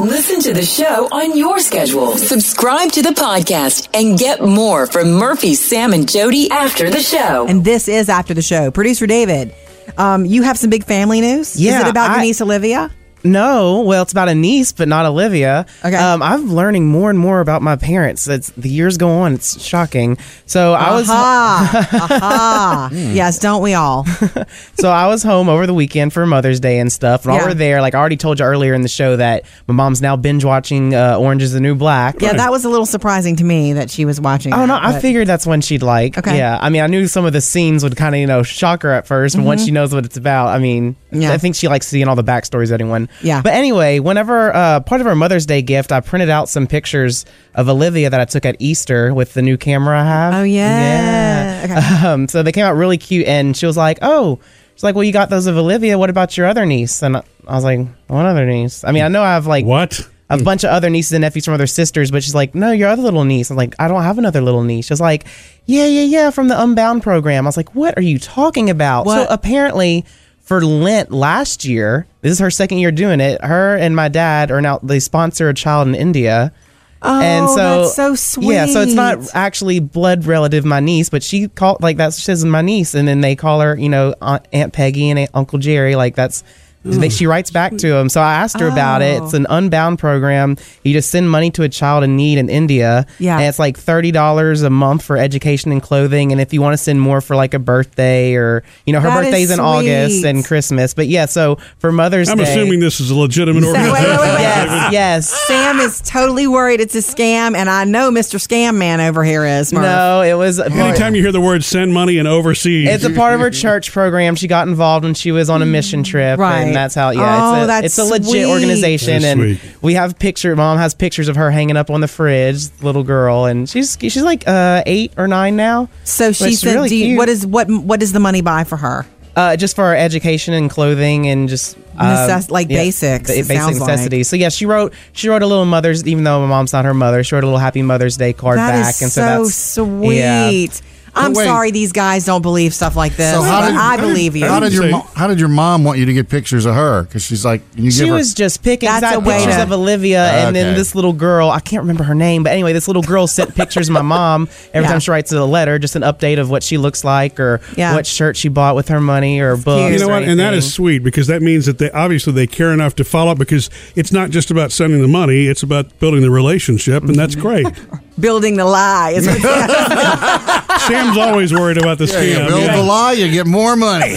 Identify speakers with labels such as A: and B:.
A: Listen to the show on your schedule. Subscribe to the podcast and get more from Murphy, Sam, and Jody after the show.
B: And this is after the show. Producer David, um, you have some big family news.
C: Yeah,
B: is it about your
C: I-
B: niece Olivia?
C: No, well, it's about a niece, but not Olivia.
B: Okay.
C: Um, I'm learning more and more about my parents. It's the years go on. It's shocking. So I
B: Uh-huh.
C: was Hmm.
B: Aha, aha. Yes, don't we all?
C: so I was home over the weekend for Mother's Day and stuff. And
B: Yeah.
C: while we're there, like I already told you earlier in the show, that my mom's now binge watching uh, Orange Is the New Black.
B: Yeah, that was a little surprising to me that she was watching.
C: I don't know.
B: that,
C: Oh, I
B: but-
C: figured that's one she'd like.
B: Okay.
C: Yeah. I mean, I knew some of the scenes would kind of, you know, shock her at first, but once she knows what it's about, I mean,
B: Mm-hmm. Yeah.
C: I think she likes seeing all the backstories of anyone.
B: Yeah.
C: But anyway, whenever uh, part of her Mother's Day gift, I printed out some pictures of Olivia that I took at Easter with the new camera I have.
B: Oh yeah. Okay.
C: Um, so they came out really cute, and she was like, "Oh." She's like, well, you got those of Olivia. What about your other niece? And I I was like, what other niece? I mean, I know I have like
D: What?
C: a
B: Hmm.
C: bunch of other nieces and nephews from other sisters, but she's like, no, your other little niece. I'm like, I don't have another little niece. She's like, yeah, yeah, yeah, from the Unbound program. I was like, what are you talking about?
B: What?
C: So apparently, for Lent last year, this is her second year doing it. Her and my dad are now they sponsor a child in India.
B: Oh,
C: and so,
B: that's so sweet.
C: Yeah, so it's not actually blood relative, my niece, but she called like that's she's my niece, and then they call her, you know, Aunt, Aunt Peggy and Aunt, Uncle Jerry. Like that's they, she writes back to him. So I asked her about it.
B: Oh.
C: It's an unbound program. You just send money to a child in need in India.
B: Yeah.
C: and it's like thirty dollars a month for education and clothing, and if you want to send more for like a birthday or you know her
B: That is
C: birthday's in
B: sweet.
C: August and Christmas. But yeah, so for Mother's
D: I'm
C: Day,
D: assuming this is a legitimate
B: wait,
D: organization.
B: wait, wait, wait.
C: yes, yes.
B: Sam is totally worried it's a scam, and I know Mr. Scam Man over here is. Murph.
C: No, it was
D: Anytime you hear the word send money and overseas,
C: It's a part of her church program. She got involved when she was on a mission trip,
B: Right.
C: And that's how. Yeah,
B: Oh,
C: it's a,
B: that's
C: it's a
B: sweet.
C: legit organization,
D: That's
C: and
D: sweet.
C: we have picture. Mom has pictures of her hanging up on the fridge, little girl, and she's she's like uh, eight or nine now.
B: So
C: But
B: she
C: it's
B: said,
C: really
B: do you,
C: cute.
B: "What is what? What does the money buy for her?"
C: uh, just for our education and clothing and just uh,
B: Necess- like basics,
C: ba-
B: it
C: basic
B: sounds like.
C: necessities. So yeah, she wrote she wrote a little mother's even though my mom's not her mother. She wrote a little Happy Mother's Day card
B: That is
C: back, and
B: so
C: so, that's
B: sweet.
C: yeah.
B: I'm
E: But wait.
B: sorry these guys don't believe stuff like this. but I believe you.
E: How did your
D: Say-
E: mo- How did your mom want you to get pictures of her? Because she's like, you give
C: She
E: her.
C: was just picking
B: That's a
C: out
B: way
C: pictures
B: to-
C: of Olivia, and then
E: Okay.
C: this little girl, I can't remember her name, but anyway, this little girl sent pictures of my mom every
B: Yeah.
C: time she writes a letter, just an update of what she looks like or
B: Yeah.
C: what shirt she bought with her money or books.
B: cute.
D: You know
C: or
D: what? And that
C: anything.
D: is sweet because that means that they obviously they care enough to follow up because it's not just about sending the money; it's about building the relationship, and that's great.
B: Building the lie. Is what
D: Sam's always worried about the
E: Yeah, you
D: scam.
E: build
D: Yeah.
E: the lie, you get more money.